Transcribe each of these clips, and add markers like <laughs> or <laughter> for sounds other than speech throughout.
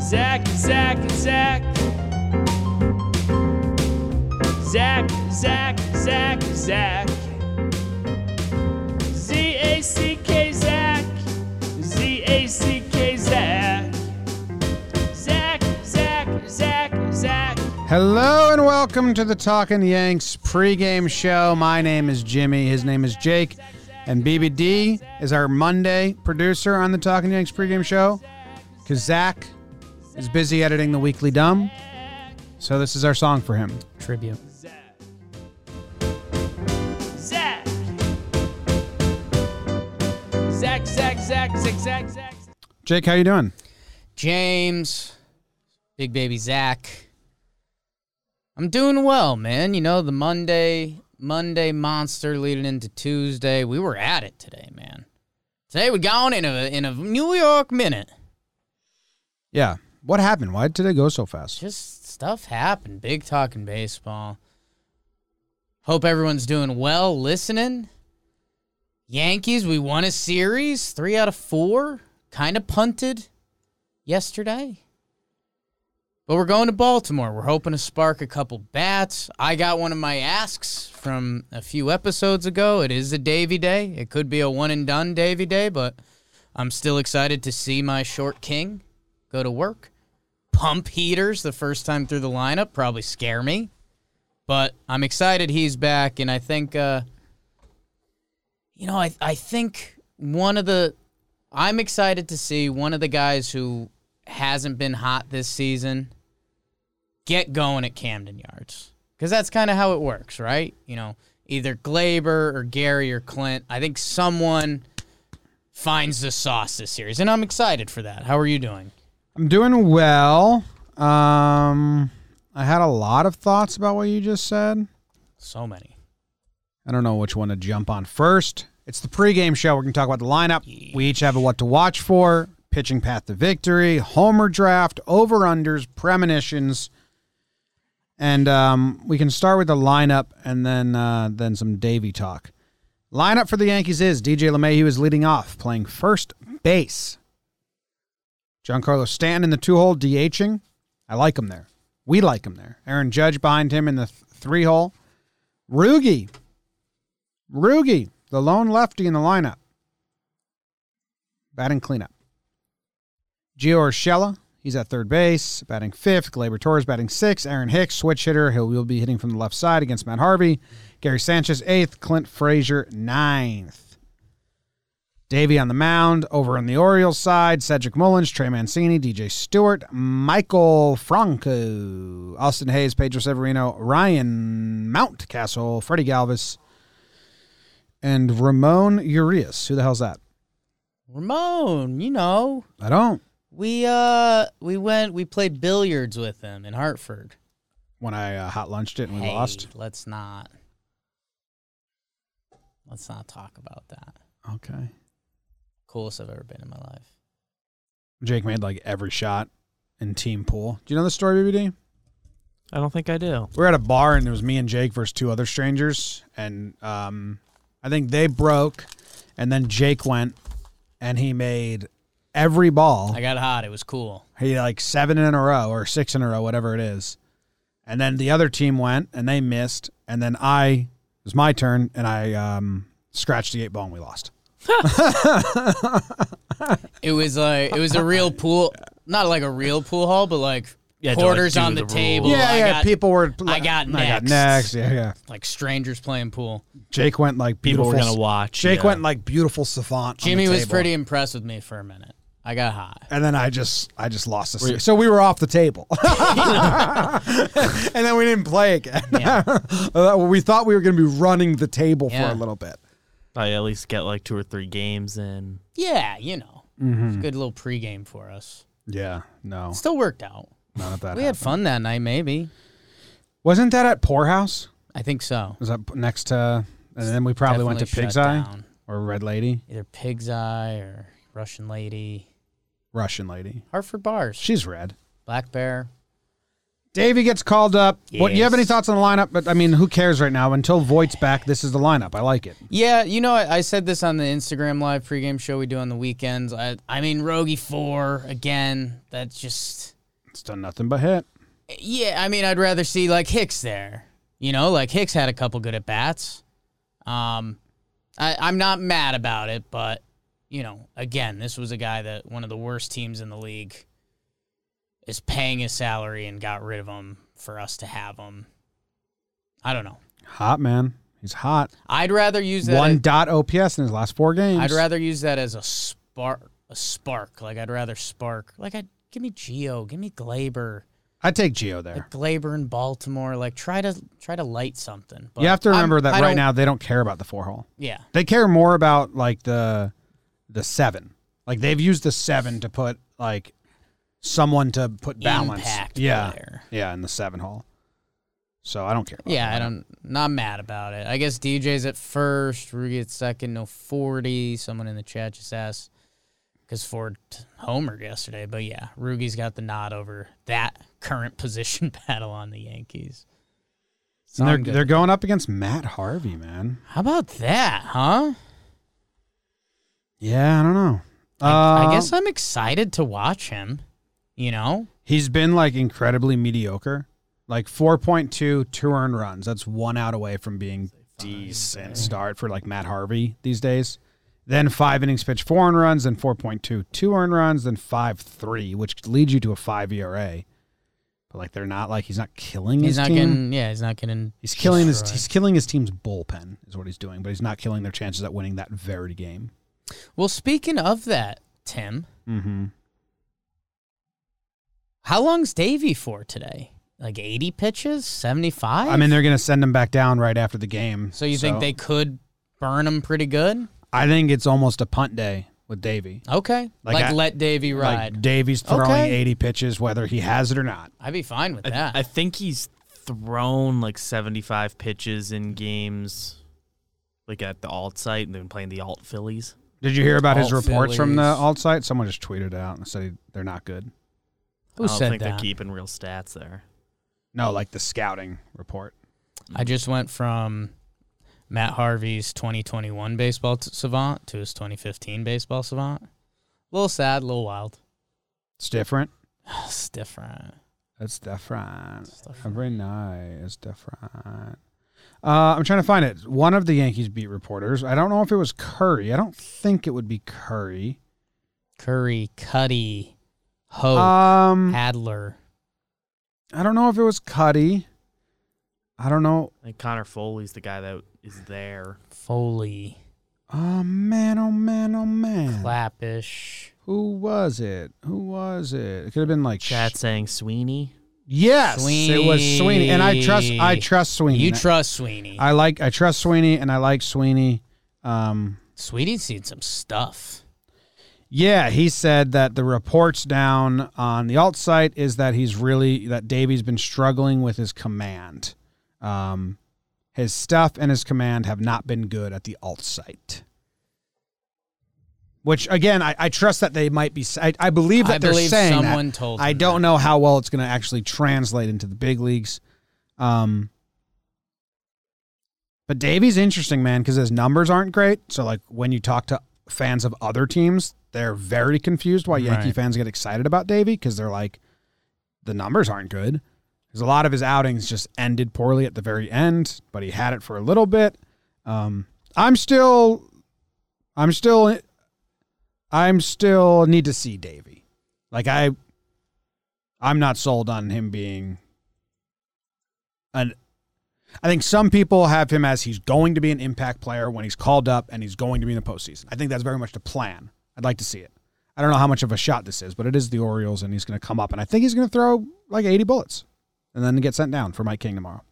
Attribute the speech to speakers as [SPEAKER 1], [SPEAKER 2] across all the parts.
[SPEAKER 1] Zach, Zach, Zach. Zach, Zach, Zach, Zach. Z A C K Zach. Z A C K Zach. Zach, Zach, Zach, Zach.
[SPEAKER 2] Hello and welcome to the Talking Yanks pregame show. My name is Jimmy. His name is Jake. And BBD is our Monday producer on the Talking Yanks pregame show because Zach is busy editing the Weekly Dumb. So this is our song for him.
[SPEAKER 3] tribute.
[SPEAKER 1] Zach. Zach, Zach, Zach, Zach, Zach, Zach.
[SPEAKER 2] Jake, how you doing?
[SPEAKER 3] James, Big Baby Zach. I'm doing well, man. You know, the Monday Monday monster leading into Tuesday. We were at it today, man. Today we gone in a in a New York minute.
[SPEAKER 2] Yeah. What happened? Why did it go so fast?
[SPEAKER 3] Just stuff happened. Big talk in baseball. Hope everyone's doing well listening. Yankees, we won a series, three out of four. Kind of punted yesterday. But we're going to Baltimore. We're hoping to spark a couple bats. I got one of my asks from a few episodes ago. It is a Davy Day. It could be a one and done Davy Day, but I'm still excited to see my short king go to work pump heaters the first time through the lineup probably scare me. But I'm excited he's back, and I think, uh, you know, I, I think one of the, I'm excited to see one of the guys who hasn't been hot this season get going at Camden Yards. Because that's kind of how it works, right? You know, either Glaber or Gary or Clint. I think someone finds the sauce this series, and I'm excited for that. How are you doing?
[SPEAKER 2] I'm doing well. Um, I had a lot of thoughts about what you just said.
[SPEAKER 3] So many.
[SPEAKER 2] I don't know which one to jump on first. It's the pregame show. We're going to talk about the lineup. We each have a what to watch for, pitching path to victory, homer draft, over unders, premonitions, and um, we can start with the lineup and then uh, then some Davy talk. Lineup for the Yankees is DJ LeMahieu is leading off, playing first base. Giancarlo Stanton in the two hole DHing. I like him there. We like him there. Aaron Judge behind him in the th- three hole. Rugi Rugi, the lone lefty in the lineup. Batting cleanup. Gio Urshela, he's at third base, batting fifth. Glaber Torres batting sixth. Aaron Hicks, switch hitter, he will be hitting from the left side against Matt Harvey. Gary Sanchez, eighth. Clint Frazier, ninth. Davey on the mound. Over on the Orioles side, Cedric Mullins, Trey Mancini, DJ Stewart, Michael Franco, Austin Hayes, Pedro Severino, Ryan Mountcastle, Freddie Galvis, and Ramon Urias. Who the hell's that?
[SPEAKER 3] Ramon, you know,
[SPEAKER 2] I don't.
[SPEAKER 3] we uh we went we played billiards with him in Hartford.
[SPEAKER 2] When I uh, hot lunched it and we
[SPEAKER 3] Hey,
[SPEAKER 2] lost.
[SPEAKER 3] Let's not. Let's not talk about that.
[SPEAKER 2] Okay.
[SPEAKER 3] Coolest I've ever been in my life.
[SPEAKER 2] Jake made like every shot in team pool. Do you know the story, BBD?
[SPEAKER 4] I don't think I do.
[SPEAKER 2] We were at a bar and it was me and Jake versus two other strangers, and um, I think they broke, and then Jake went and he made every ball.
[SPEAKER 3] I got hot. It was cool.
[SPEAKER 2] He like seven in a row or six in a row, whatever it is. And then the other team went and they missed. And then I it was my turn and I um, scratched the eight ball and we lost.
[SPEAKER 3] It was like it was a <laughs> real pool, not like a real pool hall, but like
[SPEAKER 4] Yeah, to, like,
[SPEAKER 3] quarters
[SPEAKER 4] do
[SPEAKER 3] on the,
[SPEAKER 4] the
[SPEAKER 3] table.
[SPEAKER 4] rules.
[SPEAKER 2] yeah,
[SPEAKER 3] I
[SPEAKER 2] yeah.
[SPEAKER 3] got-
[SPEAKER 2] people were.
[SPEAKER 3] I got next.
[SPEAKER 2] next. Yeah, yeah.
[SPEAKER 3] like strangers playing pool.
[SPEAKER 2] Jake went like
[SPEAKER 4] People
[SPEAKER 2] beautiful.
[SPEAKER 4] were gonna watch.
[SPEAKER 2] Jake
[SPEAKER 4] yeah.
[SPEAKER 2] went like beautiful savant. on
[SPEAKER 3] Jimmy
[SPEAKER 2] the
[SPEAKER 3] was
[SPEAKER 2] table.
[SPEAKER 3] pretty impressed with me for a minute. I got hot.
[SPEAKER 2] And then I just, I just lost the. So we were off the
[SPEAKER 3] <laughs>
[SPEAKER 2] table, <laughs> and then we didn't play again.
[SPEAKER 3] Yeah.
[SPEAKER 2] <laughs> Uh, we thought we were going to be running the table
[SPEAKER 3] Yeah.
[SPEAKER 2] for a little bit.
[SPEAKER 4] I at least get like two or three games in.
[SPEAKER 3] yeah, you know, It's a good little pregame for us.
[SPEAKER 2] Yeah, no,
[SPEAKER 3] Still worked out.
[SPEAKER 2] none of that.
[SPEAKER 3] We had fun that night, maybe.
[SPEAKER 2] Wasn't that at Poorhouse?
[SPEAKER 3] I think so.
[SPEAKER 2] Was that p- next to? And then we probably went to
[SPEAKER 3] Definitely
[SPEAKER 2] Pig's
[SPEAKER 3] shut
[SPEAKER 2] Eye
[SPEAKER 3] down.
[SPEAKER 2] or Red Lady,
[SPEAKER 3] Either Pig's Eye or Russian Lady.
[SPEAKER 2] Russian lady.
[SPEAKER 3] Hartford Bars.
[SPEAKER 2] She's red.
[SPEAKER 3] Black Bear.
[SPEAKER 2] Davey gets called up. What? You have any
[SPEAKER 3] Yes.
[SPEAKER 2] thoughts on the lineup? But I mean, who cares right now? Until Voight's back, this is the lineup. I like it.
[SPEAKER 3] Yeah, you know, I, I said this on the Instagram live pregame show we do on the weekends. I, I mean, Rogie four again. That's just
[SPEAKER 2] It's done nothing but hit.
[SPEAKER 3] yeah. I mean, I'd rather see like Hicks there. You know, like Hicks had a couple good at bats. Um, I, I'm not mad about it, but you know, again, this was a guy that one of the worst teams in the league is paying his salary and got rid of him for us to have him. I don't know.
[SPEAKER 2] Hot man. He's hot.
[SPEAKER 3] I'd rather use that
[SPEAKER 2] One dot OPS in his last four games.
[SPEAKER 3] I'd rather use that as a spark, a spark. Like I'd rather spark. Like I give me Geo, give me Glaber,
[SPEAKER 2] I'd take Geo there.
[SPEAKER 3] like Glaber in Baltimore. Like try to try to light something. But
[SPEAKER 2] you have to
[SPEAKER 3] I'm-
[SPEAKER 2] remember that
[SPEAKER 3] I
[SPEAKER 2] right
[SPEAKER 3] don't-
[SPEAKER 2] now they don't care about the four hole.
[SPEAKER 3] Yeah,
[SPEAKER 2] They care more about like the the seven. Like they've used the seven to put like someone to put balance.
[SPEAKER 3] Impact
[SPEAKER 2] yeah.
[SPEAKER 3] player.
[SPEAKER 2] Yeah, in the seven hole. So I don't care. About
[SPEAKER 3] yeah.
[SPEAKER 2] that.
[SPEAKER 3] I don't. Not mad about it. I guess DJ's at first, Rugi at second, no forty. Someone in the chat just asked because Ford t- homered yesterday. But yeah, Rugi's got the nod over that current <laughs> position battle on the Yankees. So
[SPEAKER 2] And
[SPEAKER 3] I'm
[SPEAKER 2] they're
[SPEAKER 3] good.
[SPEAKER 2] they're going up against Matt Harvey, man.
[SPEAKER 3] How about that, huh?
[SPEAKER 2] Yeah, I don't know.
[SPEAKER 3] I,
[SPEAKER 2] Uh,
[SPEAKER 3] I guess I'm excited to watch him. You know,
[SPEAKER 2] He's been like incredibly mediocre. Like 4.2 two earned runs. That's one out away from being decent start for like Matt Harvey these days. Then five innings pitched, four earned runs, then 4.2 two earned runs, then 5 3, which leads you to a 5 ERA. But like they're not like he's not killing
[SPEAKER 3] he's
[SPEAKER 2] his
[SPEAKER 3] not
[SPEAKER 2] team.
[SPEAKER 3] getting. Yeah, he's not getting.
[SPEAKER 2] he's killing his
[SPEAKER 3] destroyed.
[SPEAKER 2] he's killing his team's bullpen is what he's doing, but he's not killing their chances at winning that very game.
[SPEAKER 3] Well, speaking of that, Tim,
[SPEAKER 2] Mm-hmm.
[SPEAKER 3] how long's Davey for today? Like 80 pitches, 75.
[SPEAKER 2] I mean they're going to send him back down right after the game.
[SPEAKER 3] so you think they could burn him pretty good?
[SPEAKER 2] I think it's almost a punt day with Davey.
[SPEAKER 3] Okay,
[SPEAKER 2] Like
[SPEAKER 3] like,
[SPEAKER 2] I-
[SPEAKER 3] let Davey ride.
[SPEAKER 2] Like Davies throwing
[SPEAKER 3] Okay.
[SPEAKER 2] 80 pitches, whether he has it or not.
[SPEAKER 3] I'd be fine with
[SPEAKER 4] I,
[SPEAKER 3] that.
[SPEAKER 4] I think he's thrown like 75 pitches in games, like at the alt site, and they've been playing the alt Phillies.
[SPEAKER 2] Did you hear about his
[SPEAKER 3] Alt
[SPEAKER 2] reports from the
[SPEAKER 3] Phillies.
[SPEAKER 2] alt site? Someone just tweeted it out and said he- they're not good.
[SPEAKER 3] Who
[SPEAKER 4] I don't
[SPEAKER 3] said
[SPEAKER 4] think
[SPEAKER 3] that?
[SPEAKER 4] they're keeping real stats there.
[SPEAKER 2] No, like the scouting report.
[SPEAKER 3] I just went from Matt Harvey's 2021 baseball t- savant to his 2015 baseball savant. A little sad, a little wild.
[SPEAKER 2] It's different.
[SPEAKER 3] It's different.
[SPEAKER 2] It's different. Every night is different. Uh, I'm trying to find it. One of the Yankees beat reporters. I don't know if it was Curry. I don't think it would be Curry.
[SPEAKER 3] Curry, Cuddy, Ho,
[SPEAKER 2] Um,
[SPEAKER 3] Adler.
[SPEAKER 2] I don't know if it was Cuddy. I don't know.
[SPEAKER 4] And Connor Foley's the guy that is there.
[SPEAKER 3] Foley,
[SPEAKER 2] Oh man! Oh man! Oh man!
[SPEAKER 3] Clappish.
[SPEAKER 2] Who was it? Who was it? It could have been like
[SPEAKER 4] Chat saying Sweeney.
[SPEAKER 2] Yes, it was Sweeney, and I trust. I
[SPEAKER 3] Sweeney.
[SPEAKER 2] trust Sweeney.
[SPEAKER 3] You trust Sweeney.
[SPEAKER 2] I like. I trust Sweeney, and I like Sweeney. Um,
[SPEAKER 3] Sweeney's seen some stuff.
[SPEAKER 2] yeah, he said that the reports down on the alt site is that he's really that Davey's been struggling with his command. Um, his stuff and his command have not been good at the alt site. Which again, I, I trust that they might be. s- I, I believe that
[SPEAKER 3] I
[SPEAKER 2] they're
[SPEAKER 3] believe
[SPEAKER 2] saying that.
[SPEAKER 3] someone told
[SPEAKER 2] I
[SPEAKER 3] him
[SPEAKER 2] don't
[SPEAKER 3] that.
[SPEAKER 2] know how well it's going to actually translate into the big leagues. Um, but Davey's interesting, man, because his numbers aren't great. So, like, when you talk to fans of other teams, they're very confused why Yankee
[SPEAKER 3] Right.
[SPEAKER 2] fans get excited about Davey because they're like, the numbers aren't good. Because a lot of his outings just ended poorly at the very end, but he had it for a little bit. Um, I'm still, I'm still, I'm still need to see Davey. Like I, I'm not sold on him being an. I think some people have him as he's going to be an impact player when he's called up and he's going to be in the postseason. I think that's very much the plan. I'd like to see it. I don't know how much of a shot this is, but it is the Orioles, and he's going to come up, and I think he's going to throw like 80 bullets, and then get sent down for Mike King tomorrow.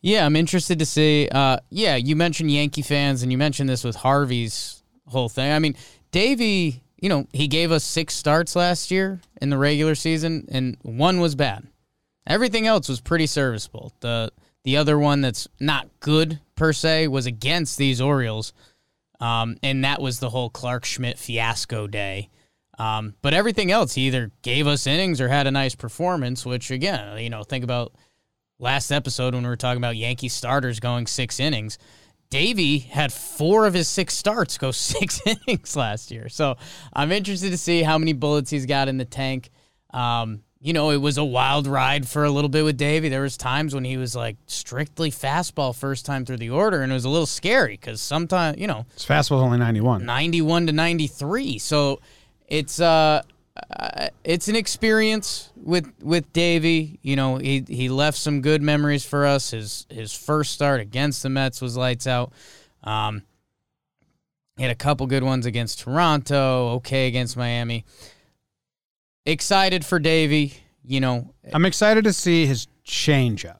[SPEAKER 3] Yeah, I'm interested to see. Uh, yeah, you mentioned Yankee fans, and you mentioned this with Harvey's whole thing. I mean, Davey, you know, he gave us six starts last year in the regular season, and one was bad. Everything else was pretty serviceable. The the other one that's not good per se was against these Orioles, um, and that was the whole Clark Schmidt fiasco day. Um, but everything else, he either gave us innings or had a nice performance, which again, you know, think about last episode when we were talking about Yankee starters going six innings. Davey had four of his six starts go <laughs> six innings last year. So I'm interested to see how many bullets he's got in the tank. Um, you know, it was a wild ride for a little bit with Davey. There was times when he was like strictly fastball first time through the order, and it was a little scary because sometimes, you know,
[SPEAKER 2] His fastball's only 91.
[SPEAKER 3] 91 to 93. So it's uh, uh it's an experience with with Davey. You know, he he left some good memories for us. His his first start against the Mets was lights out. Um he had a couple good ones against Toronto, okay against Miami. Excited for Davey, you know,
[SPEAKER 2] I'm excited to see his changeup.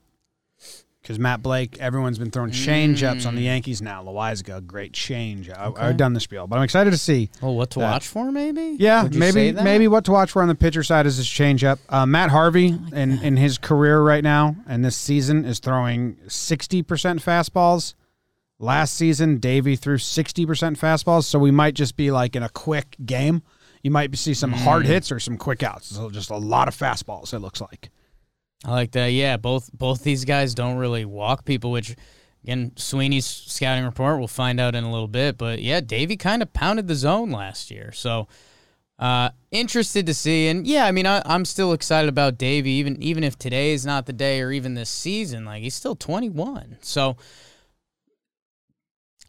[SPEAKER 2] Because Matt Blake, everyone's been throwing changeups on the Yankees now. Loizaga, great change. I, I've done the spiel, but I'm excited to see.
[SPEAKER 3] well, Oh, what to
[SPEAKER 2] That-
[SPEAKER 3] watch for maybe?
[SPEAKER 2] Yeah,
[SPEAKER 3] Would you
[SPEAKER 2] maybe
[SPEAKER 3] say that?
[SPEAKER 2] maybe what to watch for on the pitcher side is his changeup. Uh, Matt Harvey in, in his career right now and this season is throwing 60% fastballs. Last season, Davey threw 60% fastballs, so we might just be like in a quick game. You might see some hard
[SPEAKER 3] Hmm.
[SPEAKER 2] hits or some quick outs. So just a lot of fastballs, it looks like.
[SPEAKER 3] I like that. Yeah, both both these guys don't really walk people, which again Sweeney's scouting report we'll find out in a little bit. But yeah, Davey kind of pounded the zone last year, so uh, interested to see. And yeah, I mean I, I'm still excited about Davey, even even if today is not the day or even this season. Like he's still 21, so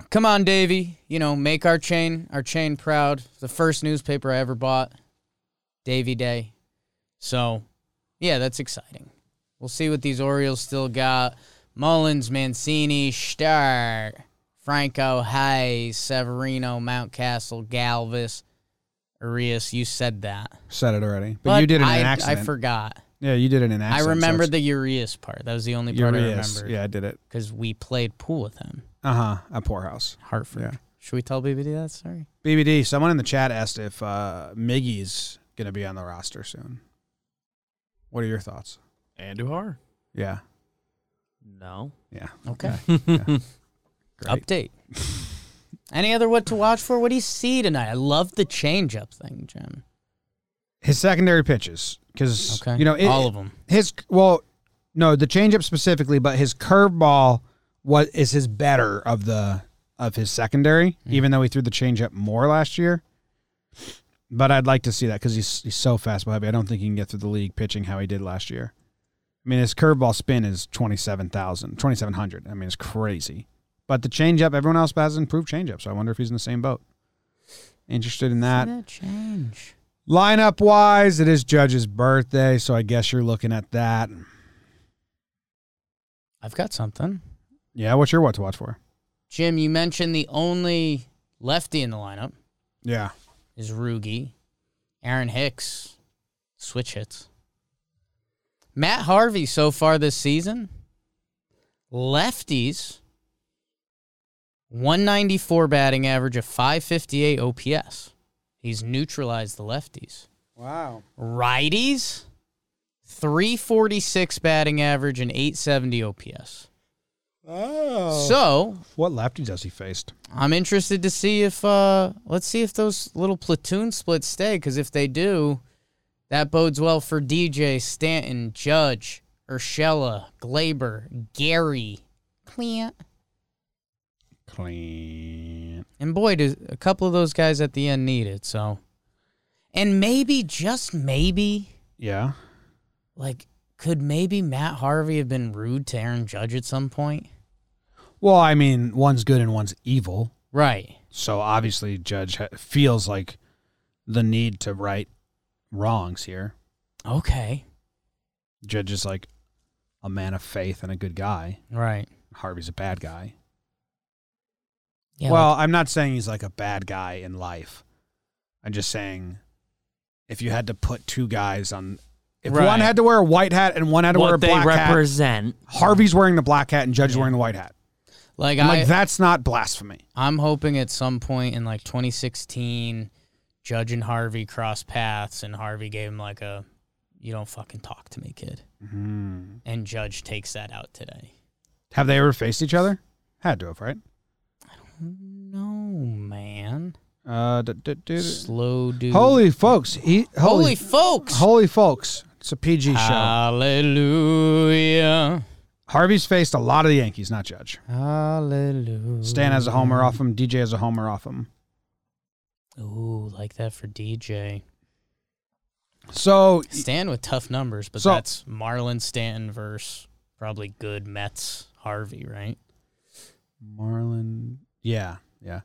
[SPEAKER 3] come on, Davey. You know, make our chain our chain proud. The first newspaper I ever bought, Davey Day. So yeah, that's exciting. We'll see what these Orioles still got. Mullins, Mancini, Starr, Franco, Hayes, Severino, Mountcastle, Galvis, Arias. You said that,
[SPEAKER 2] Said it already, but, you did it in
[SPEAKER 3] I,
[SPEAKER 2] an accident.
[SPEAKER 3] I forgot.
[SPEAKER 2] yeah, you did it in an accident.
[SPEAKER 3] I remember the Urias part. That was the only part I remember
[SPEAKER 2] Yeah, I did it.
[SPEAKER 3] because we played pool with him,
[SPEAKER 2] Uh huh. At Poorhouse.
[SPEAKER 3] Hartford.
[SPEAKER 2] Yeah.
[SPEAKER 3] Should we tell BBD that story?
[SPEAKER 2] BBD. Someone in the chat asked if uh, Miggy's gonna be on the roster soon. What are your thoughts?
[SPEAKER 4] Andujar?
[SPEAKER 2] Yeah.
[SPEAKER 4] No.
[SPEAKER 2] Yeah.
[SPEAKER 3] Okay. <laughs>
[SPEAKER 2] Great. <laughs>
[SPEAKER 3] Update. Any other what to watch for? What do you see tonight? I love the change-up thing, Jim.
[SPEAKER 2] His secondary pitches, because
[SPEAKER 3] Okay.
[SPEAKER 2] you know it-
[SPEAKER 3] all of them.
[SPEAKER 2] His well, no, the changeup specifically, but his curveball what is his better of the of his secondary, even though he threw the changeup more last year. But I'd like to see that because he's he's so fastball heavy. I don't think he can get through the league pitching how he did last year. I mean, his curveball spin is 27,000, 2,700. I mean, it's crazy. But the changeup, everyone else has improved changeup, so I wonder if he's in the same boat. Interested in that.
[SPEAKER 3] that change.
[SPEAKER 2] Lineup wise, it is Judge's birthday, so I guess you're looking at that.
[SPEAKER 3] I've got something.
[SPEAKER 2] Yeah, what's your what to watch for?
[SPEAKER 3] Jim, you mentioned the only lefty in the lineup
[SPEAKER 2] Yeah.
[SPEAKER 3] is Rugi. Aaron Hicks, switch hits. Matt Harvey so far this season, lefties, 194 batting average, a 558 OPS. He's neutralized the lefties.
[SPEAKER 2] Wow.
[SPEAKER 3] Righties, 346 batting average and 870 OPS.
[SPEAKER 2] Oh.
[SPEAKER 3] So
[SPEAKER 2] what lefty does he faced?
[SPEAKER 3] I'm interested to see if uh let's see if those little platoon splits stay because if they do, that bodes well for DJ Stanton, Judge, Urshela, Glaber, Gary, Clint,
[SPEAKER 2] Clean.
[SPEAKER 3] and boy, does a couple of those guys at the end need it. So, and maybe just maybe,
[SPEAKER 2] Yeah.
[SPEAKER 3] like, could maybe Matt Harvey have been rude to Aaron Judge at some point?
[SPEAKER 2] Well, I mean, one's good and one's evil,
[SPEAKER 3] Right.
[SPEAKER 2] so obviously Judge ha- feels like the need to right wrongs here.
[SPEAKER 3] Okay.
[SPEAKER 2] Judge is like a man of faith and a good guy.
[SPEAKER 3] Right.
[SPEAKER 2] Harvey's a bad guy.
[SPEAKER 3] Yeah.
[SPEAKER 2] well, I'm not saying he's like a bad guy in life. I'm just saying if you had to put two guys on, if
[SPEAKER 3] Right.
[SPEAKER 2] one had to wear a white hat and one had to wear a
[SPEAKER 4] What they
[SPEAKER 2] black hat,
[SPEAKER 4] represent.
[SPEAKER 2] Harvey's wearing the black hat and Judge's
[SPEAKER 3] Yeah.
[SPEAKER 2] wearing the white hat.
[SPEAKER 3] like,
[SPEAKER 2] I'm
[SPEAKER 3] I,
[SPEAKER 2] like, that's not blasphemy.
[SPEAKER 3] I'm hoping at some point in like 2016, Judge and Harvey crossed paths, and Harvey gave him like a, "You don't fucking talk to me, kid." And Judge takes that out today.
[SPEAKER 2] Have they ever faced each other? Had to have, right?
[SPEAKER 3] No, man.
[SPEAKER 2] Uh, d- d- d-
[SPEAKER 3] Slow dude.
[SPEAKER 2] holy folks. He, holy,
[SPEAKER 3] holy, folks. Uh,
[SPEAKER 2] holy folks. It's a PG show.
[SPEAKER 3] Hallelujah.
[SPEAKER 2] Harvey's faced a lot of the Yankees, not Judge.
[SPEAKER 3] Hallelujah.
[SPEAKER 2] Stan has a homer off him. DJ has a homer off him.
[SPEAKER 3] Ooh, like that for DJ.
[SPEAKER 2] So
[SPEAKER 3] Stan with tough numbers, but
[SPEAKER 2] So-
[SPEAKER 3] that's Marlon Stanton versus probably good Mets Harvey, right?
[SPEAKER 2] Marlon. Yeah, yeah.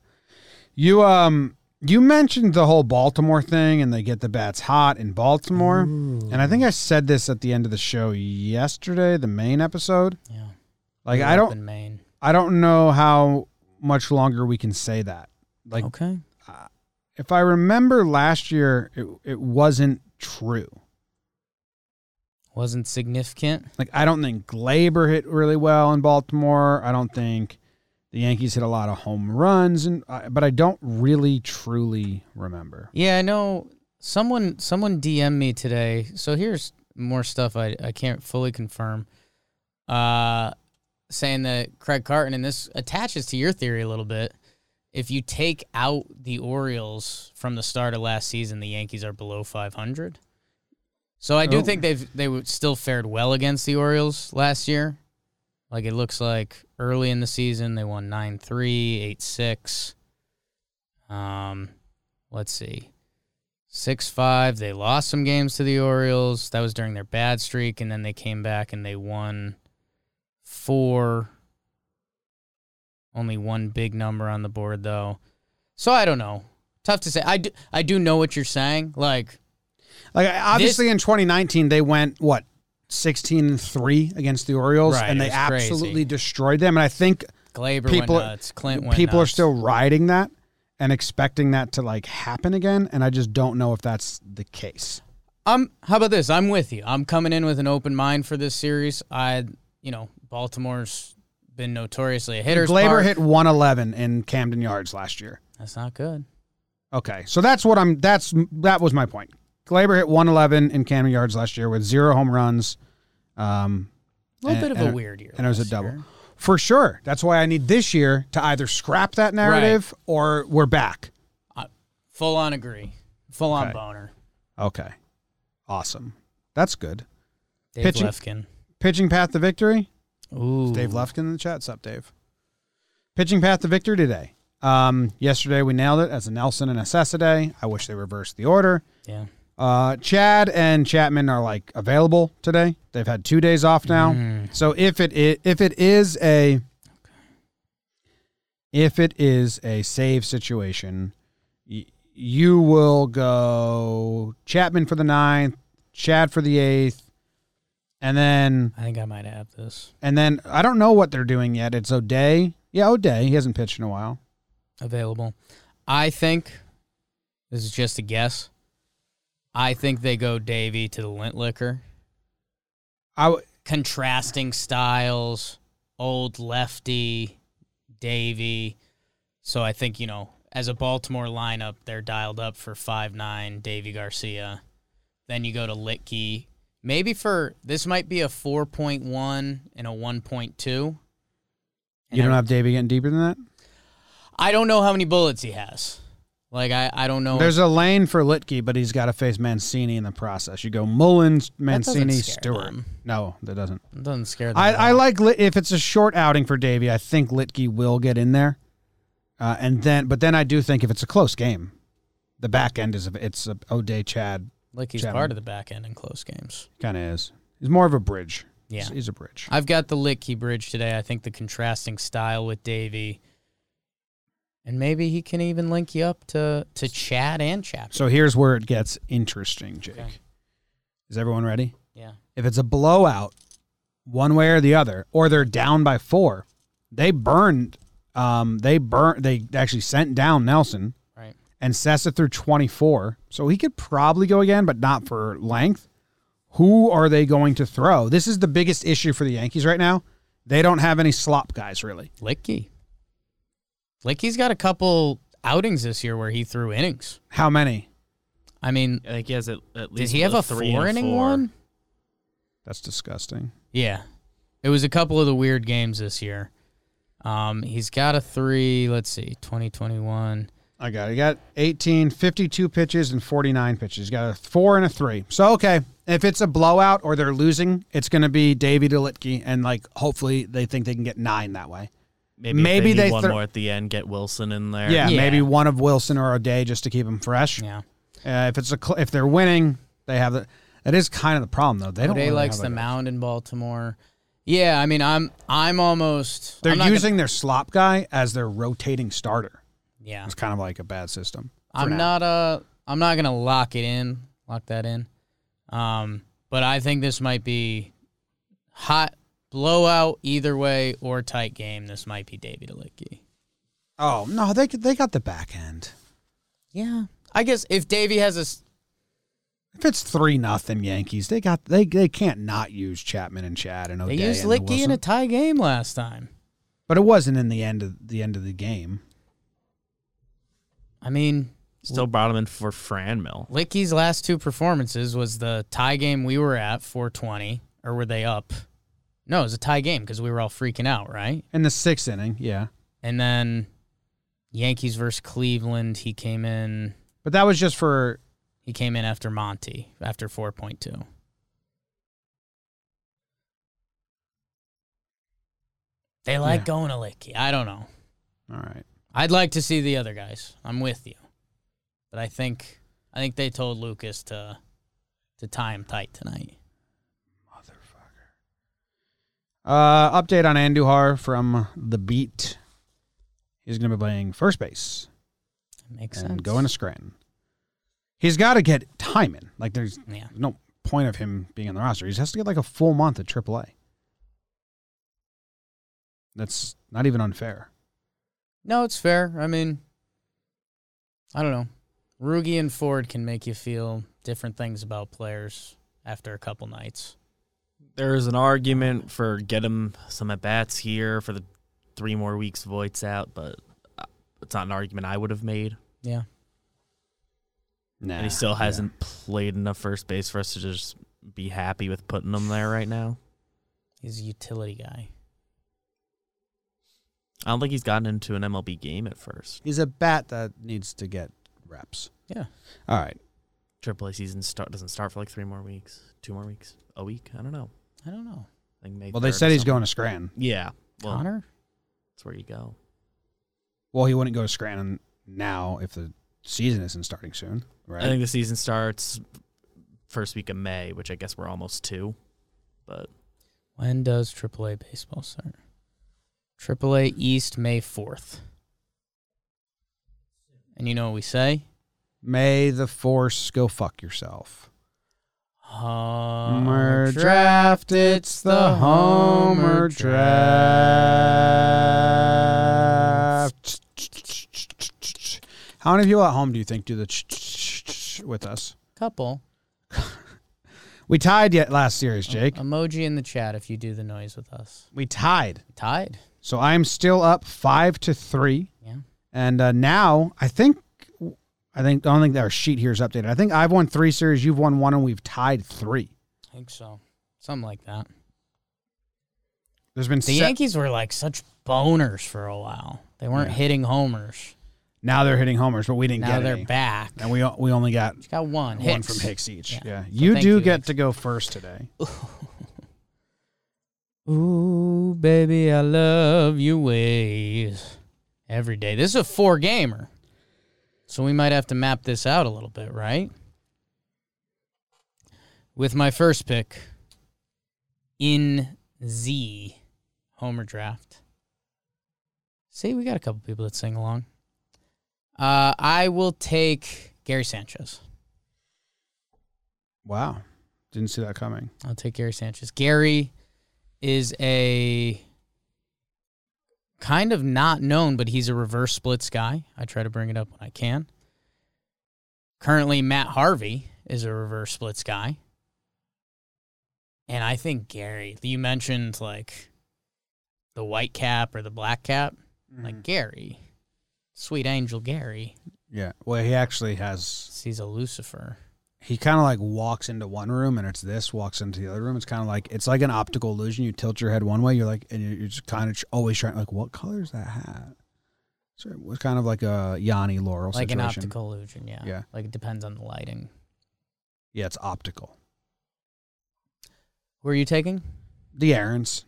[SPEAKER 2] You um you mentioned the whole Baltimore thing and they get the bats hot in Baltimore. And I think I said this at the end of the show yesterday, the main episode.
[SPEAKER 3] Yeah.
[SPEAKER 2] Like
[SPEAKER 3] Grew
[SPEAKER 2] I
[SPEAKER 3] up
[SPEAKER 2] don't
[SPEAKER 3] in Maine.
[SPEAKER 2] I don't know how much longer we can say that. Like
[SPEAKER 3] Okay.
[SPEAKER 2] if I remember last year it, it wasn't true.
[SPEAKER 3] Wasn't significant.
[SPEAKER 2] Like I don't think Glaber hit really well in Baltimore. I don't think the Yankees hit a lot of home runs and I- but I don't really truly remember.
[SPEAKER 3] Yeah, I know someone someone DM'd me today. So here's more stuff I, I can't fully confirm. Uh saying that Craig Carton, and this attaches to your theory a little bit. If you take out the Orioles from the start of last season, the Yankees are below 500. So I do
[SPEAKER 2] Oh.
[SPEAKER 3] think they've they would still fared well against the Orioles last year. Like it looks like early in the season they won 9-3, 8-6. Um let's see. 6-5, they lost some games to the Orioles. That was during their bad streak and then they came back and they won 4 only one big number on the board though. So I don't know. Tough to say. I do, I do know what you're saying. Like
[SPEAKER 2] Like obviously in 2019 they went what 16 and 3 against the Orioles
[SPEAKER 3] Right,
[SPEAKER 2] and
[SPEAKER 3] it
[SPEAKER 2] they
[SPEAKER 3] was crazy.
[SPEAKER 2] absolutely destroyed them and I think
[SPEAKER 3] Glaber
[SPEAKER 2] People-
[SPEAKER 3] went nuts. Clint went
[SPEAKER 2] people are
[SPEAKER 3] nuts.
[SPEAKER 2] still riding that and expecting that to like happen again and I just don't know if that's the case.
[SPEAKER 3] I'm. How about this? I'm with you. I'm coming in with an open mind for this series. I, you know, Baltimore's been notoriously a hitter's
[SPEAKER 2] Glaber
[SPEAKER 3] park.
[SPEAKER 2] hit 111 in Camden Yards last year.
[SPEAKER 3] That's not good.
[SPEAKER 2] Okay. So that's what I'm that's that was my point. Glaber hit 111 in Camden Yards last year with zero home runs. Um
[SPEAKER 3] A little
[SPEAKER 2] And-
[SPEAKER 3] bit of a
[SPEAKER 2] and-
[SPEAKER 3] weird year.
[SPEAKER 2] and it was a
[SPEAKER 3] last
[SPEAKER 2] double.
[SPEAKER 3] year.
[SPEAKER 2] For sure. That's why I need this year to either scrap that narrative or we're back.
[SPEAKER 3] Full on agree. Full on
[SPEAKER 2] Okay.
[SPEAKER 3] boner.
[SPEAKER 2] Okay. Awesome. That's good.
[SPEAKER 3] Dave
[SPEAKER 2] Pitching-
[SPEAKER 3] Lefkin.
[SPEAKER 2] Pitching path to victory.
[SPEAKER 3] Ooh.
[SPEAKER 2] Dave Lefkin in the chat. Sup, Dave. Pitching path to victory today. Um, yesterday we nailed it as a Nelson and a Cessaday. I wish they reversed the order.
[SPEAKER 3] Yeah.
[SPEAKER 2] Uh, Chad and Chapman are like available today. They've had two days off now.
[SPEAKER 3] Mm. Hmm.
[SPEAKER 2] So if it i- if it is a if it is a save situation, y- you will go Chapman for the ninth, Chad for the eighth, and then
[SPEAKER 3] I think I might have this
[SPEAKER 2] and then I don't know what they're doing yet. It's O'Day. Yeah, O'Day. He hasn't pitched in a while.
[SPEAKER 3] available. I think this is just a guess. I think they go Davy to the lint liquor.
[SPEAKER 2] I w-
[SPEAKER 3] contrasting styles, old lefty, Davy. So I think, you know, as a Baltimore lineup, they're dialed up for five nine, Davy Garcia. Then you go to Litke. Maybe for this might be a 4.1 and a 1.2.
[SPEAKER 2] you don't have Davey getting deeper than that.
[SPEAKER 3] I don't know how many bullets he has. Like I, I don't know.
[SPEAKER 2] There's a lane for Litke, but he's got to face Mancini in the process. You go Mullins,
[SPEAKER 3] doesn't
[SPEAKER 2] Mancini,
[SPEAKER 3] scare
[SPEAKER 2] Stewart.
[SPEAKER 3] them.
[SPEAKER 2] No, that doesn't.
[SPEAKER 3] it doesn't scare them.
[SPEAKER 2] I,
[SPEAKER 3] at
[SPEAKER 2] I
[SPEAKER 3] all.
[SPEAKER 2] like Lit- if it's a short outing for Davey. I think Litke will get in there, uh, and then but then I do think if it's a close game, the back end is it's a O'Day Chad
[SPEAKER 3] like he's
[SPEAKER 2] Chapman.
[SPEAKER 3] part of the back end in close games.
[SPEAKER 2] kind of is. He's more of a bridge.
[SPEAKER 3] Yeah.
[SPEAKER 2] He's- he's a bridge.
[SPEAKER 3] I've got the Litke bridge today. I think the contrasting style with Davey. And maybe he can even link you up to, to Chad and Chap.
[SPEAKER 2] So here's where it gets interesting, Jake.
[SPEAKER 3] Okay.
[SPEAKER 2] Is everyone ready?
[SPEAKER 3] Yeah.
[SPEAKER 2] If it's a blowout, one way or the other, or they're down by four, they burned. Um, they burn. They actually sent down Nelson
[SPEAKER 3] Right.
[SPEAKER 2] and Sessa through twenty four, so he could probably go again, but not for length. Who are they going to throw? This is the biggest issue for the Yankees right now. They don't have any slop guys really.
[SPEAKER 3] Litke. Litke's got a couple outings this year where he threw innings.
[SPEAKER 2] How many?
[SPEAKER 3] I mean,
[SPEAKER 4] I think he has at, at least
[SPEAKER 3] did he have a
[SPEAKER 4] three
[SPEAKER 3] four
[SPEAKER 4] and
[SPEAKER 3] inning
[SPEAKER 4] four.
[SPEAKER 3] one?
[SPEAKER 2] That's disgusting.
[SPEAKER 3] Yeah. It was a couple of the weird games this year. Um, he's got a three. Let's see, 2021.
[SPEAKER 2] I got. He got 18, 52 pitches, and 49 pitches. He's got a four and a three. So okay, if it's a blowout or they're losing, it's going to be Davey Delitke, and like hopefully they think they can get nine that way.
[SPEAKER 4] Maybe, if
[SPEAKER 2] Maybe
[SPEAKER 4] they, need
[SPEAKER 2] they
[SPEAKER 4] one
[SPEAKER 2] throw-
[SPEAKER 4] more at the end. Get Wilson in there.
[SPEAKER 2] Yeah,
[SPEAKER 3] Yeah.
[SPEAKER 2] maybe one of Wilson or a day just to keep them fresh.
[SPEAKER 3] Yeah.
[SPEAKER 2] Uh, if it's a cl- if they're winning, they have the. That is kind of the problem though. They don't.
[SPEAKER 3] O'Day
[SPEAKER 2] really
[SPEAKER 3] likes
[SPEAKER 2] have
[SPEAKER 3] the
[SPEAKER 2] a-
[SPEAKER 3] mound in Baltimore. Yeah, I mean, I'm I'm almost.
[SPEAKER 2] They're
[SPEAKER 3] I'm not gonna-
[SPEAKER 2] using their slop guy as their rotating starter.
[SPEAKER 3] yeah,
[SPEAKER 2] It's kind of like a bad system. for
[SPEAKER 3] I'm
[SPEAKER 2] now.
[SPEAKER 3] not uh I'm not gonna lock it in, lock that in. Um, but I think this might be hot blowout either way or tight game. This might be David Alicki.
[SPEAKER 2] Oh no, they they got the back end.
[SPEAKER 3] Yeah, I guess if Davey has a s-
[SPEAKER 2] If it's three nothing Yankees, they got they they can't not use Chapman and Chad and
[SPEAKER 3] they
[SPEAKER 2] O'Day.
[SPEAKER 3] used
[SPEAKER 2] and
[SPEAKER 3] Licky in
[SPEAKER 2] Wilson.
[SPEAKER 3] a tie game last time.
[SPEAKER 2] but it wasn't in the end of the end of the game.
[SPEAKER 3] I mean,
[SPEAKER 4] Still brought him in for Franmil.
[SPEAKER 3] Licky's last two performances was the tie game we were at 420, or were they up? No, it was a tie game because we were all freaking out, right?
[SPEAKER 2] In the sixth inning, yeah,
[SPEAKER 3] And then Yankees versus Cleveland, he came in.
[SPEAKER 2] but that was just for
[SPEAKER 3] He came in after Monty, after 4.2. They like
[SPEAKER 2] Yeah.
[SPEAKER 3] going to Licky. I don't know.
[SPEAKER 2] all right.
[SPEAKER 3] I'd like to see the other guys. I'm with you. But I think I think they told Lucas to to tie him tight tonight.
[SPEAKER 2] Uh, update on Andujar from the beat. He's going to be playing first base
[SPEAKER 3] It makes
[SPEAKER 2] and
[SPEAKER 3] sense.
[SPEAKER 2] going to Scranton. He's got to get time in. Like there's
[SPEAKER 3] Yeah.
[SPEAKER 2] no point of him being on the roster. He has to get like a full month at AAA. That's not even unfair.
[SPEAKER 3] No, it's fair. I mean I don't know. Rugi and Ford can make you feel different things about players after a couple nights.
[SPEAKER 4] There is an argument for get him some at bats here for the three more weeks Voight's out, but uh, it's not an argument I would have made.
[SPEAKER 3] Yeah.
[SPEAKER 2] Nah,
[SPEAKER 4] And he still hasn't played enough first base for us to just be happy with putting him there right now.
[SPEAKER 3] He's a utility guy.
[SPEAKER 4] I don't think he's gotten into an MLB game at first.
[SPEAKER 2] He's a bat that needs to get reps.
[SPEAKER 3] Yeah.
[SPEAKER 2] All right.
[SPEAKER 4] Triple A season start doesn't start for like three more weeks, two more weeks, a week. I don't know.
[SPEAKER 3] I don't know.
[SPEAKER 4] Like May
[SPEAKER 2] Well, they
[SPEAKER 4] 3rd or
[SPEAKER 2] said he's
[SPEAKER 4] something.
[SPEAKER 2] going to Scranton.
[SPEAKER 4] Yeah. Well,
[SPEAKER 3] Connor?
[SPEAKER 4] that's where you go.
[SPEAKER 2] Well, he wouldn't go to Scranton now if the season isn't starting soon, right?
[SPEAKER 4] I think the season starts first week of May, which I guess we're almost to. But
[SPEAKER 3] When does AAA baseball start? AAA East May 4th. And you know what we say?
[SPEAKER 2] May the force go fuck yourself.
[SPEAKER 3] Homer
[SPEAKER 2] Homer draft, it's the Homer draft. How many people at home do you think do the ch- ch- ch- ch- with us?
[SPEAKER 3] Couple.
[SPEAKER 2] We tied yet last series, Jake.
[SPEAKER 3] Emoji in the chat if you do the noise with us.
[SPEAKER 2] We tied.
[SPEAKER 3] Tied.
[SPEAKER 2] So I'm still up five to three.
[SPEAKER 3] Yeah.
[SPEAKER 2] And uh, now I think I think I don't think our sheet here is updated. I think I've won three series, you've won one, and we've tied three.
[SPEAKER 3] I think so. Something like that.
[SPEAKER 2] There's been
[SPEAKER 3] The
[SPEAKER 2] se-
[SPEAKER 3] Yankees were like such boners for a while. They weren't hitting homers.
[SPEAKER 2] now they're hitting homers, but we didn't
[SPEAKER 3] Now
[SPEAKER 2] get
[SPEAKER 3] they're
[SPEAKER 2] any.
[SPEAKER 3] back.
[SPEAKER 2] And we o- we only got
[SPEAKER 3] Got one.
[SPEAKER 2] one
[SPEAKER 3] Hicks.
[SPEAKER 2] from Hicks each.
[SPEAKER 3] Yeah.
[SPEAKER 2] Yeah,
[SPEAKER 3] So
[SPEAKER 2] you
[SPEAKER 3] thank
[SPEAKER 2] do
[SPEAKER 3] you,
[SPEAKER 2] get
[SPEAKER 3] Hicks.
[SPEAKER 2] to go first today.
[SPEAKER 3] Ooh, baby, I love you ways every day. This is a four gamer. So we might have to map this out a little bit, right? With my first pick in Z Homer Draft. See, we got a couple people that sing along. Uh, I will take Gary Sanchez.
[SPEAKER 2] Wow, didn't see that coming.
[SPEAKER 3] I'll take Gary Sanchez. Gary is a kind of not known, but he's a reverse splits guy. I try to bring it up when I can. Currently, Matt Harvey is a reverse splits guy. And I think Gary, you mentioned like the white cap or the black cap. Mm-hmm. Like Gary, sweet angel Gary,
[SPEAKER 2] Yeah, well, he actually has.
[SPEAKER 3] sees a Lucifer.
[SPEAKER 2] He kind of like walks into one room and it's this. Walks into the other room. It's kind of like it's like an optical illusion. You tilt your head one way, you're like, and you're, you're just kind of always trying. Like, what color is that hat? So it was kind of like a Yanni Laurel
[SPEAKER 3] like
[SPEAKER 2] situation.
[SPEAKER 3] an optical illusion. Yeah.
[SPEAKER 2] Yeah.
[SPEAKER 3] Like it depends on the lighting.
[SPEAKER 2] Yeah, it's optical.
[SPEAKER 3] Who are you taking?
[SPEAKER 2] The errands.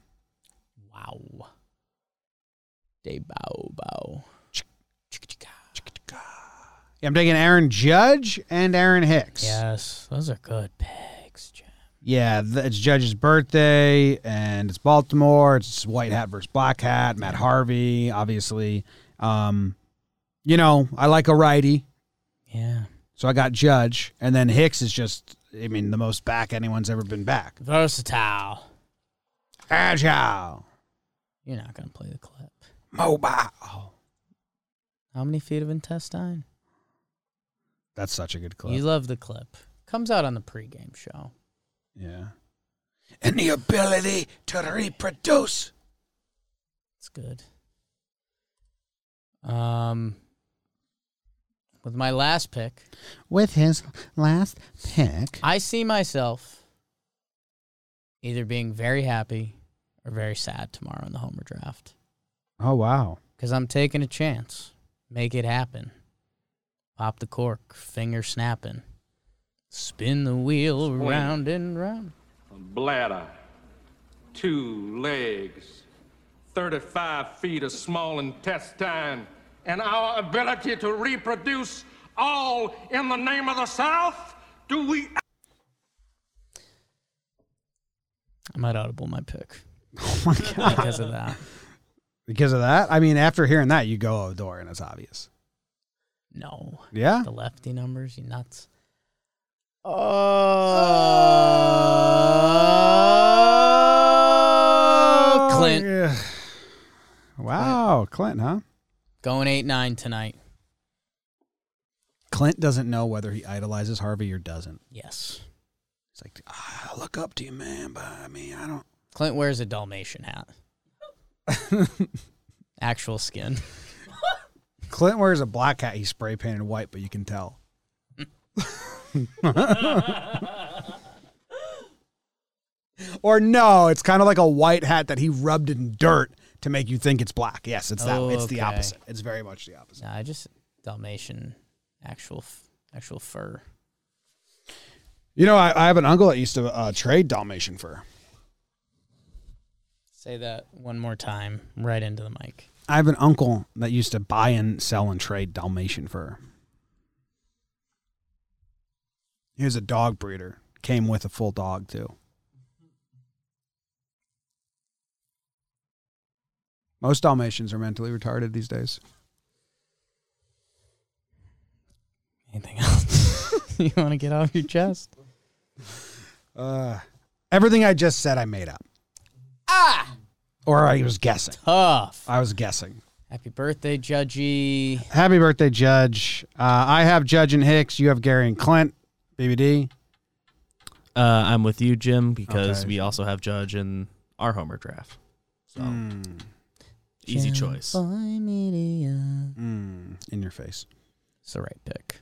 [SPEAKER 3] Wow. De bow bow.
[SPEAKER 2] I'm taking Aaron Judge and Aaron Hicks.
[SPEAKER 3] Yes, those are good picks, Jack.
[SPEAKER 2] Yeah, th- it's Judge's birthday, and it's Baltimore. It's White Hat versus Black Hat. Matt Harvey, obviously. Um, you know, I like a righty,
[SPEAKER 3] Yeah.
[SPEAKER 2] so I got Judge, and then Hicks is just, I mean, the most back anyone's ever been back.
[SPEAKER 3] Versatile.
[SPEAKER 2] Agile,
[SPEAKER 3] You're not gonna play the clip.
[SPEAKER 2] mobile.
[SPEAKER 3] How many feet of intestine?
[SPEAKER 2] That's such a good
[SPEAKER 3] You
[SPEAKER 2] clip.
[SPEAKER 3] love the clip. Comes out on the pregame show.
[SPEAKER 2] Yeah. And the ability to reproduce.
[SPEAKER 3] It's good. Um, with my last pick,
[SPEAKER 2] With his last pick.
[SPEAKER 3] I see myself either being very happy or very sad tomorrow in the Homer draft
[SPEAKER 2] Oh, wow. <laughs>
[SPEAKER 3] because I'm taking a chance. Make it happen. Pop the cork, finger snapping. Spin the wheel round and round.
[SPEAKER 5] bladder, two legs, 35 feet of small intestine, and our ability to reproduce all in the name of the South? Do we
[SPEAKER 3] I might audible my pick
[SPEAKER 2] Oh, my God.
[SPEAKER 3] because of that.
[SPEAKER 2] Because of that? I mean, after hearing that, you go Odor, and it's obvious.
[SPEAKER 3] No.
[SPEAKER 2] Yeah?
[SPEAKER 3] The lefty numbers, you nuts. Oh. Clint
[SPEAKER 2] Oh, Yeah. Wow, Clint, huh?
[SPEAKER 3] going 8 9 tonight.
[SPEAKER 2] Clint doesn't know whether he idolizes Harvey or doesn't.
[SPEAKER 3] Yes.
[SPEAKER 2] It's like, ah, I look up to you, man, but I mean, I don't.
[SPEAKER 3] Clint wears a Dalmatian hat. Actual skin.
[SPEAKER 2] <laughs> Clint wears a black hat. He's spray painted white, but you can tell. <laughs> or no, it's kind of like a white hat that he rubbed in dirt to make you think it's black. Yes, it's that. It's the
[SPEAKER 3] Okay.
[SPEAKER 2] opposite. It's very much the opposite.
[SPEAKER 3] Nah, I just Dalmatian actual f- actual fur.
[SPEAKER 2] You know, I, I have an uncle that used to uh, trade Dalmatian fur.
[SPEAKER 3] Say that one more time right into the mic.
[SPEAKER 2] I have an uncle that used to buy and sell and trade Dalmatian fur. He was a dog breeder. Came with a full dog too. Most Dalmatians are mentally retarded these days.
[SPEAKER 3] Anything else <laughs> you want to get off your chest?
[SPEAKER 2] Uh, everything I just said, I made up. Ah! Or I was guessing.
[SPEAKER 3] Tough.
[SPEAKER 2] I was guessing.
[SPEAKER 3] Happy birthday, Judgy.
[SPEAKER 2] Happy birthday, Judge. Uh, I have Judge and Hicks. You have Gary and Clint. BBD.
[SPEAKER 4] Uh, I'm with you, Jim, because
[SPEAKER 2] Okay.
[SPEAKER 4] we also have Judge in our Homer draft. So
[SPEAKER 3] Hmm.
[SPEAKER 4] easy choice.
[SPEAKER 2] In your face.
[SPEAKER 3] It's the right pick.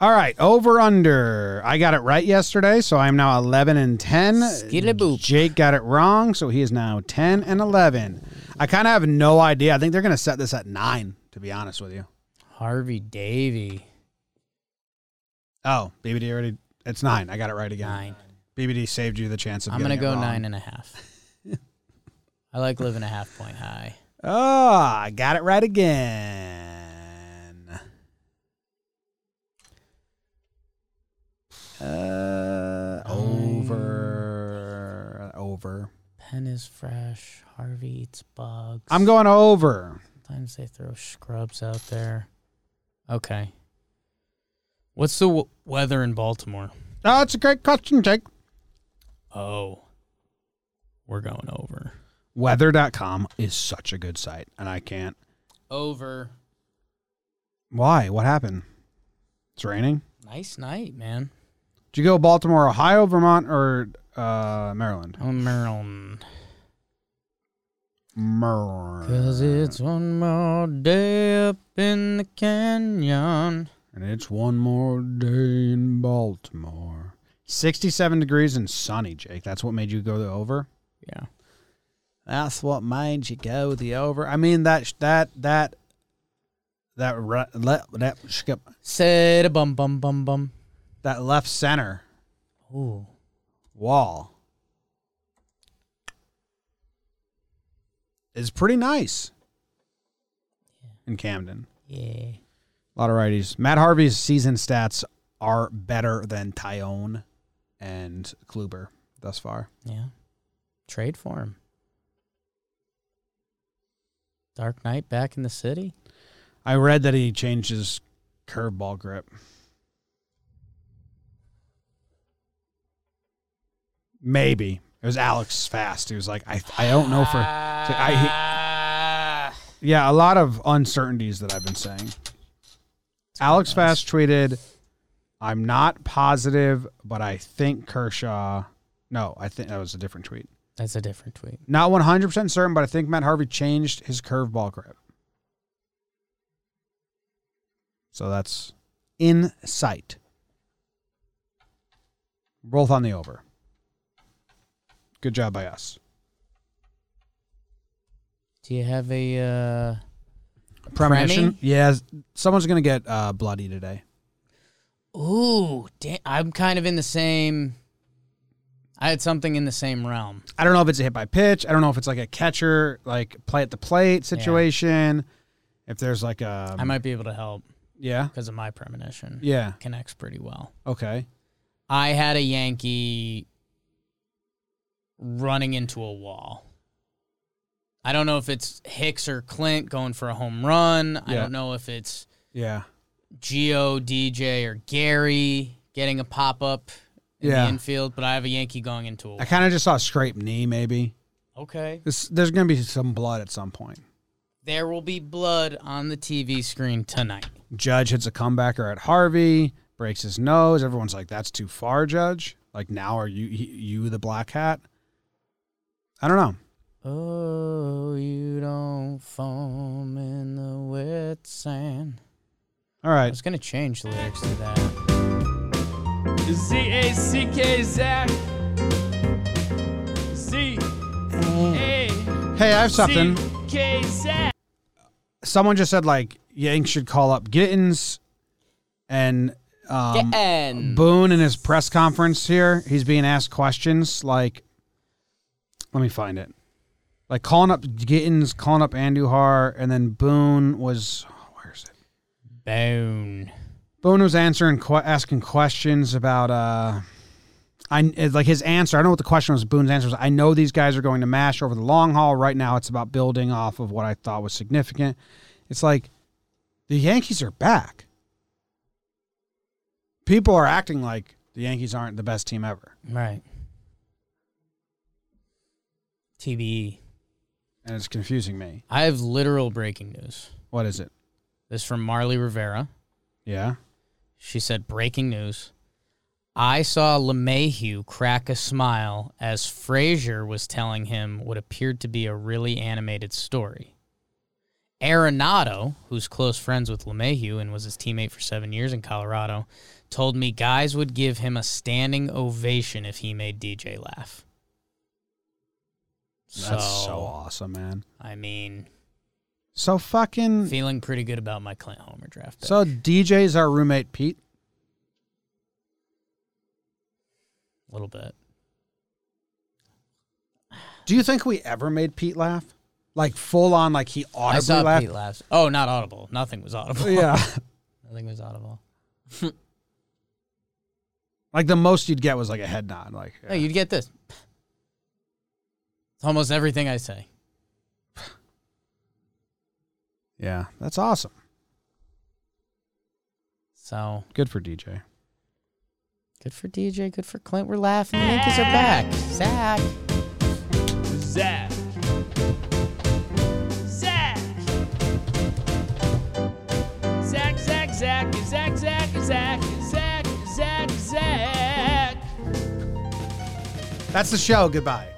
[SPEAKER 2] All right, over under. I got it right yesterday, so I'm now 11 and 10.
[SPEAKER 3] Skidaboop.
[SPEAKER 2] Jake got it wrong, so he is now 10 and 11. I kind of have no idea. I think they're going to set this at 9, to be honest with you.
[SPEAKER 3] Harvey Davy.
[SPEAKER 2] Oh, BBD already it's 9. I got it right again.
[SPEAKER 3] Nine.
[SPEAKER 2] BBD saved you the chance of
[SPEAKER 3] I'm gonna
[SPEAKER 2] getting it
[SPEAKER 3] go
[SPEAKER 2] wrong.
[SPEAKER 3] nine and a half. I like living a half point high.
[SPEAKER 2] Oh, I got it right again. Uh, over. Over.
[SPEAKER 3] Pen is fresh. Harvey eats bugs.
[SPEAKER 2] I'm going over.
[SPEAKER 3] Sometimes they throw scrubs out there. Okay. What's the w- weather in Baltimore?
[SPEAKER 2] Oh, that's a great question, Jake.
[SPEAKER 3] Oh, we're going over.
[SPEAKER 2] Weather.com is such a good site, and I can't.
[SPEAKER 3] Over.
[SPEAKER 2] Why? What happened? It's raining.
[SPEAKER 3] Nice night, man.
[SPEAKER 2] Did you go Baltimore, Ohio, Vermont, or uh, Maryland?
[SPEAKER 3] Oh, Maryland. Cause
[SPEAKER 2] Maryland.
[SPEAKER 3] it's one more day up in the canyon.
[SPEAKER 2] And it's one more day in Baltimore. 67 degrees and sunny, Jake. That's what made you go the over?
[SPEAKER 3] Yeah.
[SPEAKER 2] That's what made you go the over. I mean that that that that re- le- that skip
[SPEAKER 3] Said a bum bum bum bum.
[SPEAKER 2] that left center
[SPEAKER 3] Ooh.
[SPEAKER 2] wall is pretty nice in Camden.
[SPEAKER 3] Yeah.
[SPEAKER 2] A lot of righties. Matt Harvey's season stats are better than Tyone and Kluber thus far.
[SPEAKER 3] Yeah. Trade for him. Dark Knight back in the city.
[SPEAKER 2] I read that he changed his curveball grip. Maybe it was Alex Fast. He was like, I, I don't know for. it's like, I,
[SPEAKER 3] Ah.
[SPEAKER 2] he- yeah, a lot of uncertainties that I've been saying. Alex Fast tweeted, "I'm not positive, but I think Kershaw." No, I think that was a different tweet.
[SPEAKER 3] That's a different tweet.
[SPEAKER 2] Not 100% certain, but I think Matt Harvey changed his curveball grip. So that's in sight. Both on the over. Good job by us.
[SPEAKER 3] Do you have a uh
[SPEAKER 2] Premonition?
[SPEAKER 3] Premi?
[SPEAKER 2] Yeah, someone's going to get uh, bloody today.
[SPEAKER 3] Ooh, da- I'm kind of in the same I had something in the same realm.
[SPEAKER 2] I don't know if it's a hit by pitch. I don't know if it's like a catcher, like play at the plate situation. If there's like a.
[SPEAKER 3] I might be able to help
[SPEAKER 2] yeah.
[SPEAKER 3] because of my premonition.
[SPEAKER 2] Yeah.
[SPEAKER 3] Connects pretty well.
[SPEAKER 2] Okay.
[SPEAKER 3] I had a Yankee running into a wall. I don't know if it's Hicks or Clint going for a home run. I
[SPEAKER 2] Yeah.
[SPEAKER 3] don't know if it's
[SPEAKER 2] Yeah.
[SPEAKER 3] Geo, DJ, or Gary getting a pop up in
[SPEAKER 2] Yeah.
[SPEAKER 3] the infield, but I have a Yankee going into a
[SPEAKER 2] I
[SPEAKER 3] wall.
[SPEAKER 2] kind of just saw a scrape knee, maybe.
[SPEAKER 3] Okay.
[SPEAKER 2] This, there's going to be some blood at some point.
[SPEAKER 3] There will be blood on the TV screen tonight.
[SPEAKER 2] Judge hits a comebacker at Harvey, breaks his nose. Everyone's like, "That's too far, Judge." Like now, are you you the black hat? I don't know.
[SPEAKER 3] Oh, you don't foam in the wet sand.
[SPEAKER 2] All
[SPEAKER 3] I
[SPEAKER 2] right,
[SPEAKER 3] was going to change the lyrics to that.
[SPEAKER 1] Z A C K Zach. Z A
[SPEAKER 2] hey, I have
[SPEAKER 1] C
[SPEAKER 2] something.
[SPEAKER 1] K Zach.
[SPEAKER 2] Someone just said like Yanks should call up Gittins and um,
[SPEAKER 3] and
[SPEAKER 2] Boone in his press conference here. He's being asked questions like, let me find it. Like calling up Gittins, calling up Andujar, and then Boone was where's it?
[SPEAKER 3] Bone.
[SPEAKER 2] Boone was answering que- asking questions about uh I it's like his answer. I don't know what the question was. Boone's answer was I know these guys are going to mash over the long haul. Right now it's about building off of what I thought was significant. It's like the Yankees are back. People are acting like the Yankees aren't the best team ever.
[SPEAKER 3] Right. TBE.
[SPEAKER 2] And it's confusing me.
[SPEAKER 3] E. I have literal breaking news.
[SPEAKER 2] What is it?
[SPEAKER 3] This from Marley Rivera.
[SPEAKER 2] Yeah.
[SPEAKER 3] She said, "Breaking news: I saw LeMahieu crack a smile as Frazier was telling him what appeared to be a really animated story." Arenado, who's close friends with LeMahieu and was his teammate for seven years in Colorado, told me guys would give him a standing ovation if he made DJ laugh.
[SPEAKER 2] That's so awesome, man.
[SPEAKER 3] I mean,
[SPEAKER 2] So fucking
[SPEAKER 3] feeling pretty good about my Clint Homer draft. Pick.
[SPEAKER 2] So DJ's our roommate Pete.
[SPEAKER 3] a little bit.
[SPEAKER 2] Do you think we ever made Pete laugh? Like full on, like he
[SPEAKER 3] I
[SPEAKER 2] audibly
[SPEAKER 3] saw
[SPEAKER 2] laughed.
[SPEAKER 3] Pete last. Oh, not audible. Nothing was
[SPEAKER 2] <laughs>
[SPEAKER 3] audible.
[SPEAKER 2] Yeah,
[SPEAKER 3] Nothing was audible.
[SPEAKER 2] like the most you'd get was like a head nod. Like
[SPEAKER 3] No, you'd get this. It's almost everything I say.
[SPEAKER 2] yeah, that's awesome.
[SPEAKER 3] So
[SPEAKER 2] Good for DJ.
[SPEAKER 3] good for DJ. Good for Clint. We're laughing. The Yankees are back. Zach.
[SPEAKER 1] Zach. Zach. Zach, Zach, Zach, Zach, Zach, Zach, Zach, Zach, Zach.
[SPEAKER 2] That's the show. Goodbye.